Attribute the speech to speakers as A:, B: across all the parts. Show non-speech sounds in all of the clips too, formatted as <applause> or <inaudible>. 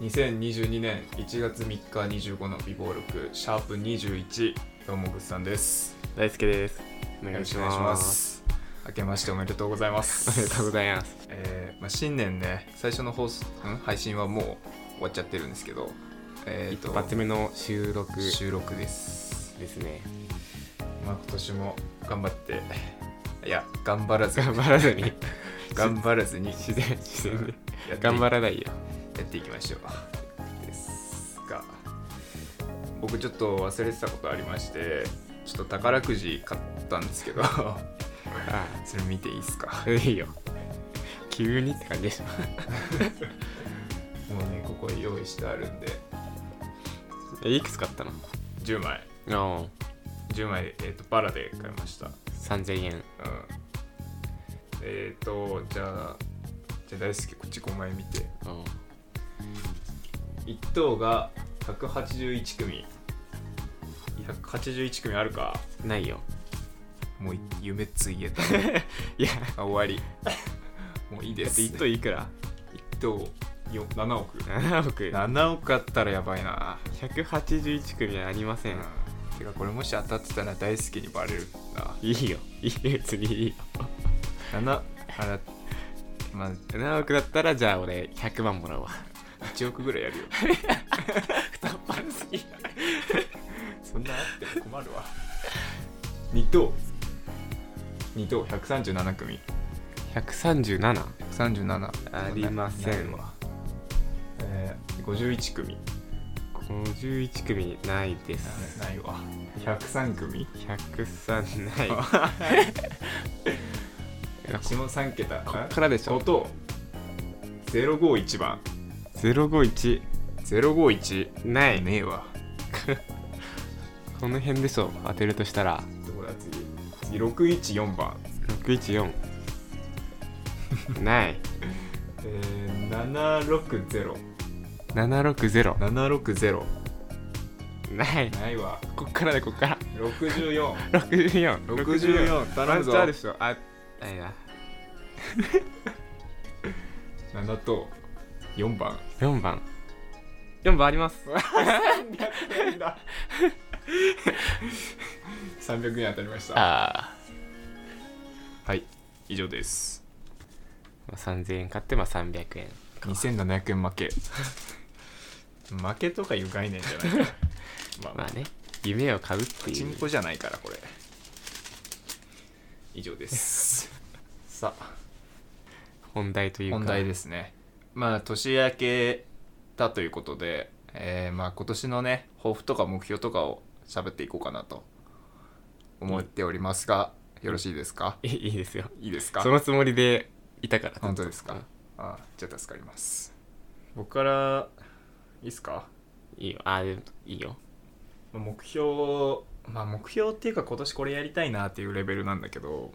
A: 2022年1月3日25の美貌録シャープ21どうもぐっさんです
B: 大輔です。お願いし
A: よろ
B: ま
A: くお願いし
B: す。
A: ま
B: <laughs>
A: す明けましておめでとうございま
B: おめ
A: す
B: でとうございます。
A: えーまあ、新年ね最初の放送ん配信はもう終わっちゃってるんですけどえっ、
B: 一
A: と
B: 発目の収録で
A: 収録です
B: すね。
A: まあ今年も頑張っていや頑張らず
B: 頑張らずに、
A: <laughs> 頑張らず
B: <laughs>
A: に
B: 自然、自然
A: や
B: で。
A: ってい
B: 頑張らないよ。
A: やっていきましょうですが僕ちょっと忘れてたことありましてちょっと宝くじ買ったんです <laughs> けど
B: あ
A: それ見ていいですか
B: あ、いいよ。急にって感じでしょ。
A: もうねここに用意してあるんで
B: <laughs> え、いくつ買ったの
A: 10枚
B: ああ、
A: 10枚、えー、とバラで買いましたうん
B: 3000円。
A: えっ、とじゃあじゃあ大好きこっち5枚見て
B: あ
A: 1等が181組181組あるか
B: あないよ。
A: もう夢ついえた
B: いや、
A: あ終わ <laughs> りもういいで
B: だっ
A: す
B: て1等いくら
A: 1等よ7億
B: ?7 億。
A: 7億あったらやばいな、
B: 181組はありません。
A: てかこれもし当たってたら大好きにバレるない
B: いよ。いいよ、別にいいよ。
A: 7あらまあ
B: 7億だったら、じゃあ俺100万もらうわ。
A: 1億ぐらいやるよ
B: 二っ腹すぎ
A: <laughs> そんなあって困るわ2等2等137組
B: 137?
A: 137
B: ありません
A: ないわえー、51組
B: 51組ないです
A: ないわ103組
B: 103ない
A: この3桁
B: こっからでしょ
A: 5等051番
B: 051
A: 051
B: ない
A: ねえわ
B: この辺でしょ当てるとしたら
A: どこだ次次614番
B: 614 <laughs> ない
A: えー、
B: 760
A: 760760
B: ない
A: ないわ
B: こっからだこっから
A: 6464
B: 6464
A: 頼むぞ
B: ワンチャンでしょあないな
A: 7と4番
B: 4番4番あります
A: 300円 <laughs> だ300円当たりました
B: あ
A: はい以上です
B: あ3000円買ってまあ300円
A: 2700円負け負けとかいう概念じゃないから <laughs> ま
B: ま
A: あ
B: あね夢を買うって
A: チ
B: い
A: ン
B: う
A: コじゃないからこれ以上です <laughs> さあ
B: 本題というか
A: 本題ですねまあ年明けだということで、えーまあ今年のね抱負とか目標とかを喋っていこうかなと思っておりますが、よろしいですか
B: いいいですよ
A: いいですか
B: そのつもりでいたから
A: 本当ですかあじゃあ助かります僕からいいですか
B: いいよあでもいいよ
A: まあ目標まあ目標っていうか今年これやりたいなっていうレベルなんだけど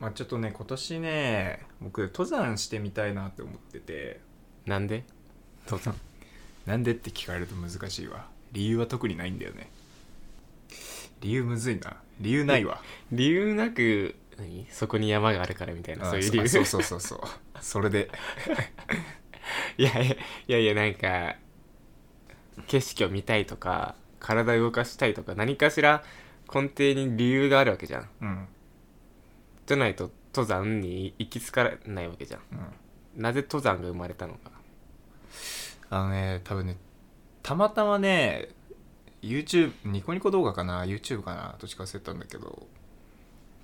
A: まあちょっとね今年ね僕登山してみたいなって思ってて
B: なんで父さん
A: なんでって聞かれると難しいわ理由は特にないんだよね理由むずいな理由ないわ
B: 理由なく何そこに山があるからみたいなそういう理由
A: あそうそうそうそうそれで
B: <laughs> いやいやいやいやなんか景色を見たいとか体を動かしたいとか何かしら根底に理由があるわけじゃん
A: うん
B: じゃないと登山に行き着かないわけじゃん
A: うん
B: なぜ登山が生まれたのか
A: あのね多分ねたまたまね YouTube ニコニコ動画かな YouTube かなどっちか忘れたんだけど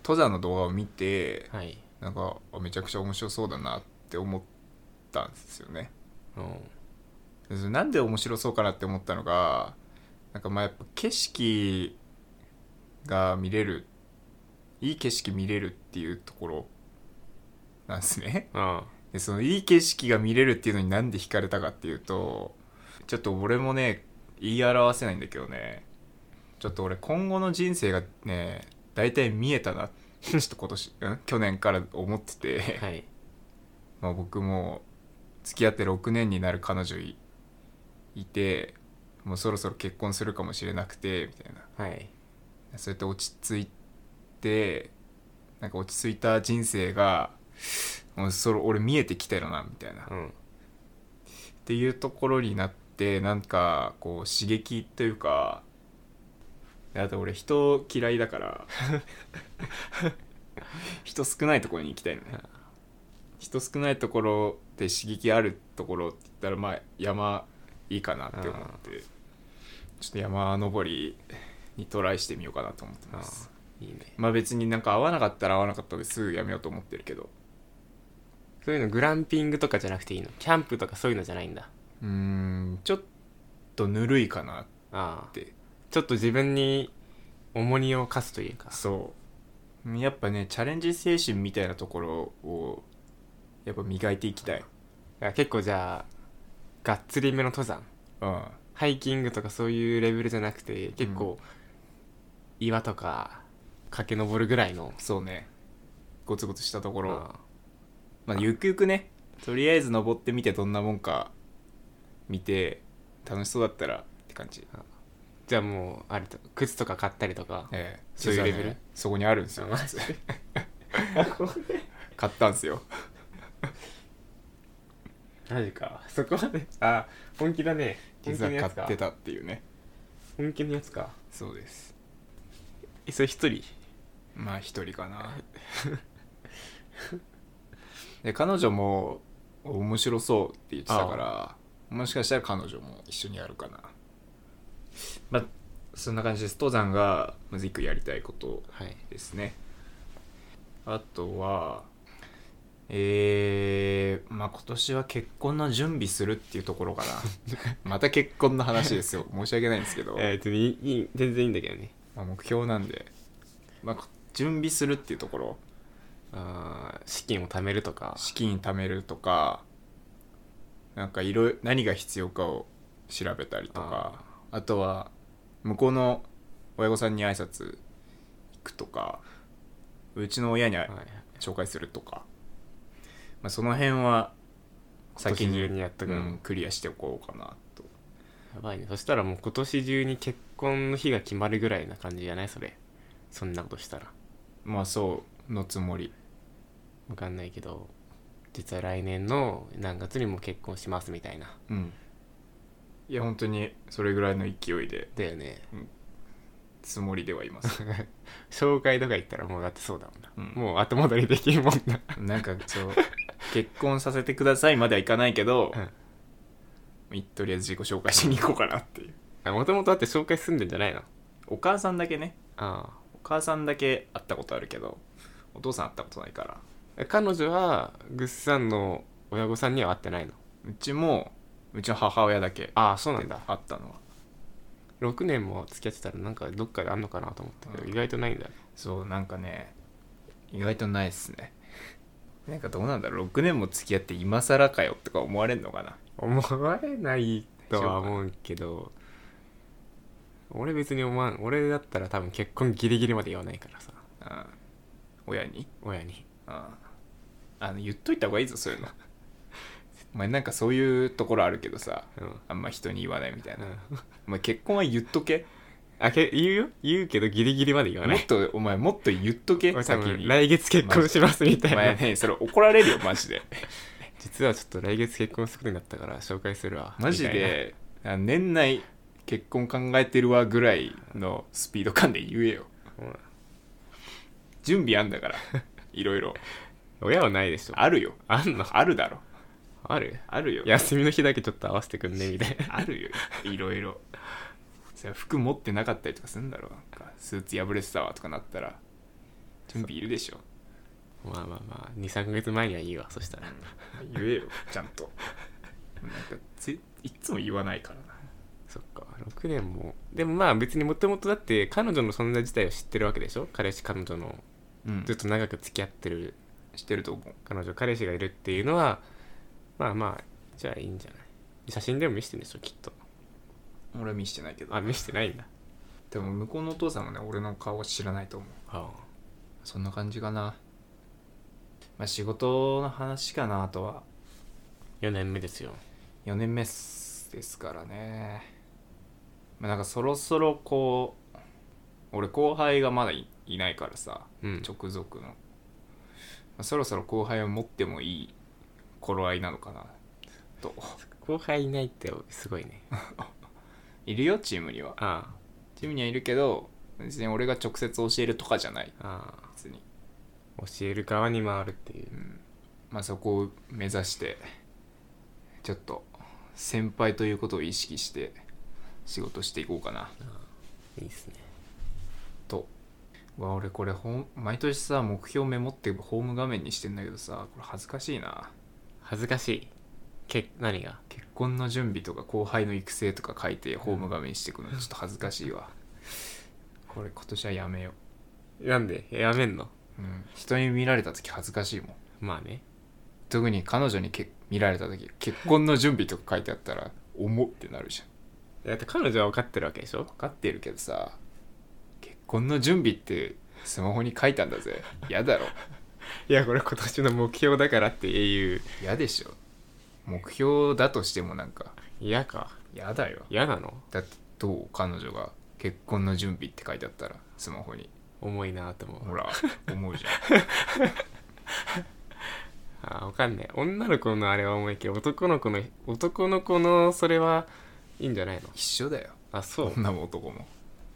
A: 登山の動画を見て
B: はい
A: なんかあめちゃくちゃ面白そうだなって思ったんですよね
B: うん
A: でそれなんで面白そうかなって思ったのがなんかまあやっぱ景色が見れるいい景色見れるっていうところなんですね
B: あ
A: でそのいい景色が見れるっていうのになんで惹かれたかっていうとちょっと俺もね言い表せないんだけどねちょっと俺今後の人生がね大体見えたなってちょっと今年うん去年から思ってて、
B: あはい
A: まあ、僕も付き合って6年になる彼女いいてもうそろそろ結婚するかもしれなくてみたいな
B: はい
A: そうやって落ち着いてなんか落ち着いた人生がもうそれ俺見えてきたよなみたいな
B: うん
A: っていうところになってなんかこう刺激というかあと俺人嫌いだから <laughs> 人少ないところに行きたいのね人少ないところで刺激あるところって言ったらまあ山いいかなって思ってちょっと山登りにトライしてみようかなと思って
B: あ
A: ます
B: いいね
A: まあ別になんか合わなかったら合わなかったですぐやめようと思ってるけど
B: そういうのグランピングとかじゃなくていいのキャンプとかそういうのじゃないんだ
A: うーんちょっとぬるいかなっ
B: ああ
A: て
B: ちょっと自分に重荷を課すというか
A: そうやっぱねチャレンジ精神みたいなところをやっぱ磨いていきたい
B: いや結構じゃあがっつりめの登山
A: うん
B: ハイキングとかそういうレベルじゃなくて結構、岩とか駆け上るぐらいの
A: そうねゴツゴツしたところ
B: あ
A: まあゆくゆくねとりあえず登ってみてどんなもんか見て楽しそうだったらって感じ
B: じゃあもうあれと靴とか買ったりとか
A: ええ
B: そういうレベ
A: 実
B: ル
A: はねそこにあるん
B: <laughs>
A: ですよ
B: あマ
A: 実は買ったんですよ
B: マジかそこまであ本気だね本
A: 実
B: 気の
A: は
B: やつ
A: 買っ
B: か
A: てたっていうね
B: 本気のやつか
A: そうです
B: えそれ一人
A: まあ一人かな <laughs> で彼女も面白そうって言ってたからもしかしたら彼女も一緒にやるかなまあそんな感じです登山がまず一個やりたいこと
B: はい
A: ですねあとはえー、まあ今年は結婚の準備するっていうところか <laughs> なまた結婚の話です <laughs> よ申し訳ないんですけど、
B: えー、いいいい全然いいんだけどね
A: まあ、目標なんで、まあ、準備するっていうところ
B: あー資金を貯めるとか
A: 資金貯めるとかなんかいろい何が必要かを調べたりとかあとは向こうの親御さんに挨拶行くとかうちの親にあ
B: はいはい
A: 紹介するとか、まあ、その辺は先
B: 今
A: に
B: 年中にやっとくの
A: うんクリアしておこうかなと
B: やばいねそしたらもう今年中に結婚の日が決まるぐらいな感じじゃないそれそんなことしたら
A: まあそうのつもり
B: わかんないけど実は来年の何月にも結婚しますみたいな
A: うんいや本当にそれぐらいの勢いで
B: だよね
A: つもりではいます
B: 紹介とか行ったらもうだってそうだもんな、
A: うん
B: もう後戻りできんもんな
A: なんかそう結婚させてくださいまではいかないけど、いとりあえず自己紹介しに行こうかなっていう
B: もともとだって紹介済んでんじゃないの
A: お母さんだけね
B: あ
A: お母さんだけ会ったことあるけどお父さん会ったことないから
B: あ彼女はぐっさんの親御さんには会ってないの
A: うちもうちの母親だけ
B: ああそうなんだ
A: 会ったのは
B: 6年も付き合ってたらなんかどっかであんのかなと思ったけど、
A: うん
B: 意外とないんだ
A: そうなんかね意外とないっすねなんかどうなんだろう6年も付き合って今更かよとか思われんのかな
B: 思われないとは思うけど俺別に思わん俺だったら多分結婚ギリギリまで言わないからさ
A: うん親に
B: 親に
A: うんあの言っといた方がいいぞそういうのお前なんかそういうところあるけどさ
B: うん、
A: あんま人に言わないみたいな、
B: うん
A: お前結婚は言っとけ
B: あけ言うよ言うけどギリギリまで言わな
A: もっ
B: い
A: とお前もっと言っとけ
B: 俺多
A: 先
B: 分
A: に
B: 来月結婚しますみた
A: お
B: い
A: 前
B: な
A: ねそれ怒られるよマジ
B: <laughs>
A: で
B: 実はちょっと来月結婚することになったから紹介するわ
A: マジ
B: みたいな
A: であ年内結婚考えてるわぐらいのスピード感で言えよ
B: うん
A: 準備あんだ
B: <laughs>
A: からいろいろ
B: 親はないでしょ
A: あるよ
B: あんの
A: あるだろ
B: ある
A: あるよ
B: 休みの日だけちょっと合わせてくんねみたいな
A: あるよいろいろそりゃ服持ってなかったりとかするんだろなんかスーツ破れてたわとかなったら準備いるでしょ
B: まあまあまあ23ヶ月前にはいいわそしたら
A: <laughs> 言えよちゃんとなんかついいっつも言わないからな
B: そっか6年もでもまあ別にもともとだって彼女の存在自体を知ってるわけでしょ彼氏彼女の
A: うん
B: ずっと長く付き合ってる
A: してると思う
B: 彼女彼氏がいるっていうのはまあまあじゃあいいんじゃない写真でも見せてんでしょきっと
A: 俺は見してないけど
B: あ見せてないんだ
A: でも向こうのお父さんもね俺の顔は知らないと思う
B: あ
A: そんな感じかなまあ仕事の話かなあとは
B: 4年目ですよ
A: 4年目っすですからねまあなんかそろそろこう俺後輩がまだいいないからさ
B: うん
A: 直属の、まあそろそろ後輩を持ってもいい頃合いなのかなと
B: 後輩いないってすごい <laughs> ね
A: いるよチームには
B: あ
A: チームにはいるけど別に俺が直接教えるとかじゃない
B: あああ
A: 別に、、
B: 教える側に回るっていううん
A: まあそこを目指してちょっと先輩ということを意識して仕事していこうかない
B: いっすね
A: とうわ俺これホーム毎年さ目標メモってホーム画面にしてんだけどさこれ恥ずかしいな
B: 恥ずかしいけ何が
A: 結婚の準備とか後輩の育成とか書いてホーム画面にしてくのちょっと恥ずかしいわこれ今年はやめよ
B: なんでやめんの
A: う、うん、人に見られた時恥ずかしいもん
B: まあね
A: 特に彼女にけ見られた時結婚の準備とか書いてあったら重ってなるじゃん
B: だって彼女は分かってるわけでしょ
A: 分かってるけどさ結婚の準備ってスマホに書いたんだぜ嫌だろ
B: いやこれ今年の目標だからっていう
A: 嫌でしょ目標だとしてもなんか
B: 嫌か
A: 嫌だよ
B: 嫌なの
A: だってどう彼女が結婚の準備って書いてあったらスマホに
B: 重いなと思う
A: ほら思うじゃん
B: あー分かんない女の子のあれは重いけど男の子の男の子のそれはいいんじゃないの
A: 一緒だよ
B: あ
A: <laughs>
B: そう
A: 女も男も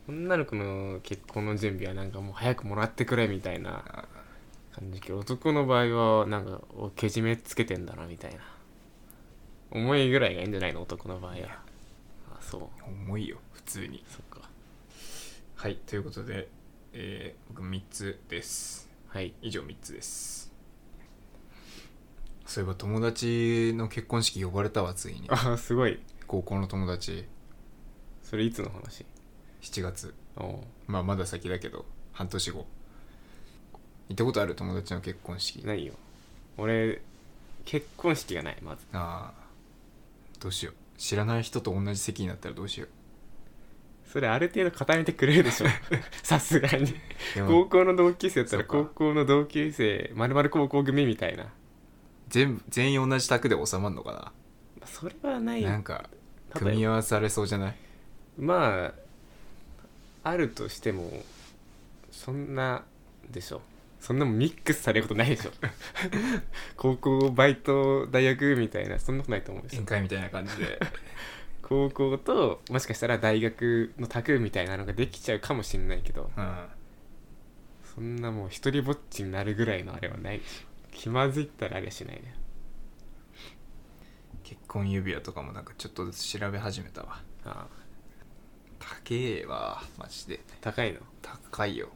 B: 女の子の結婚の準備はなんかもう早くもらってくれみたいな
A: あ
B: 感じだけど男の場合はなんかおけじめつけてんだなみたいな重いぐらいがいいんじゃないの男の場合はあそう
A: 重いよ普通に
B: そっか
A: はいということで、えー僕3つです
B: はい
A: 以上3つですそういえば友達の結婚式呼ばれたわついに
B: あーすごい
A: 高校の友達
B: それいつの話
A: 7月
B: おう
A: まあまだ先だけど半年後行ったことある友達の結婚式
B: ないよ俺結婚式がないまず
A: あーどうしよう知らない人と同じ席になったらどうしよう
B: それある程度固めてくれるで
A: <laughs>
B: しょさすがに
A: でも
B: 高校の同級生だったら
A: そう
B: 高
A: か
B: 校の同級生まるまる高校組みたいな
A: 全部全員同じ卓で収まるのか
B: それはな
A: ないなんか
B: ただ
A: 組み合わされそうじゃない
B: まああるとしてもそんなでしょそんなもんミックスされることな
A: <laughs>
B: いでしょ高校バイト大学みたいなそんなことないと思うでしょ
A: 宴会みたいな感じで
B: 高校ともしかしたら大学のタクみたいなのができちゃうかもしんないけど
A: うん
B: そんなもう一人ぼっちになるぐらいのあれはないでしょ気まずいったらあれはしないね
A: 結婚指輪とかもなんかちょっとずつ調べ始めたわ
B: ああ
A: 高えわマジで
B: 高いの
A: 高いよ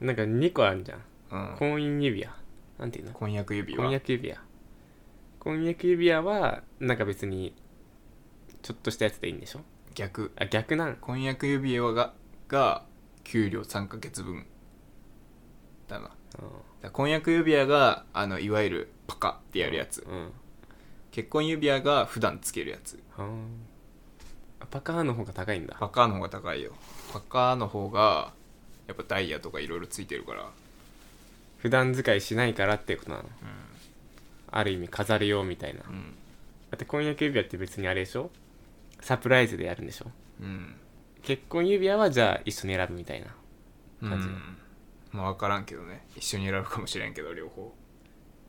B: なんか2個あるじゃん
A: うん
B: 婚姻指輪なんていうの
A: 婚約指輪
B: 婚約指輪婚約指輪はなんか別にちょっとしたやつでいいんでしょ
A: 逆
B: あ逆なん
A: 婚約指輪がが給料3ヶ月分だなだか
B: うん
A: ら婚約指輪があのいわゆるパカってやるやつ
B: うん
A: 結婚指輪が普段つけるやつ
B: うんあパカーの方が高いんだ
A: パカの方が高いよパカの方がやっぱダイヤとかいろいろついてるから
B: 普段使いしないからっていうことなのある意味飾るよみたいなだ
A: うんうん
B: って婚約指輪って別にあれでしょサプライズでやるんでしょ
A: うん
B: 結婚指輪はじゃあ一緒に選ぶみたいな
A: う
B: 感じ
A: んまあ分からんけどね一緒に選ぶかもしれんけど両方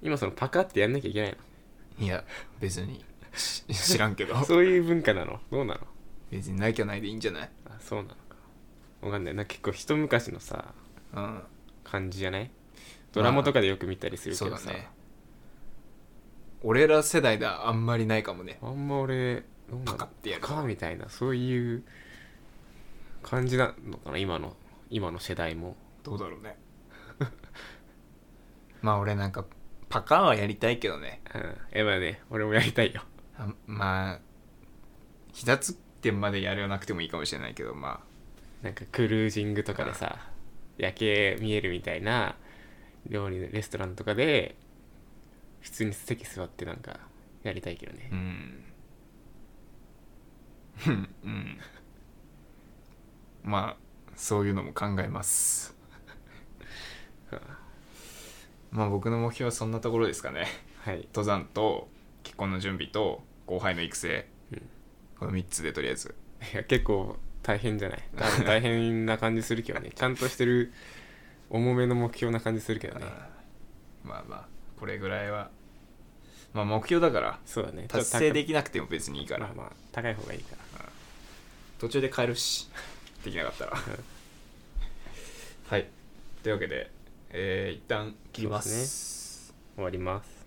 B: 今そのパカってやんなきゃいけない
A: いや別
B: <laughs>
A: にし知らんけど
B: のそういう文化なのどうなの
A: 別にないきゃないでいいんじゃない
B: あそうなのかわかんないなんか結構一昔のさ
A: うん
B: 感じじゃないドラマとかでよく見たりする
A: そ
B: け
A: う
B: ど
A: だ
B: さ、
A: ね俺ら世代だあんまりないかもね
B: あんま俺どうなの
A: パカってやる
B: パカみたいなそういう感じなのかな今の今の世代も
A: どうだろうね <laughs> まあ俺なんかパカーはやりたいけどね
B: うんえまあね俺もやりたいよ
A: あまあ膝つってまでやらなくてもいいかもしれないけどま
B: なんかクルージングとかでさ夜景見えるみたいな料理のレストランとかで普通に席座ってなんかやりたいけどね
A: あうん <laughs> うんうんまあそういうのも考え <laughs> ますまあ僕の目標はそんなところですかね
B: はい
A: 登山と結婚の準備と後輩の育成、
B: うん
A: この3つでとりあえず
B: いや結構大変じゃない多分大変な感じする
A: <laughs>
B: けどねちゃんとしてる重めの目標な感じするけどね
A: まあまあこれぐらいはまあ目標だから
B: そうだね
A: 達成で
B: き
A: きなくても別にいいから
B: まあまあ高い方がいいから
A: 途中で帰るしできなかっ
B: <laughs>
A: たらはいというわけでえー一旦切りま
B: そうです
A: す
B: 終わります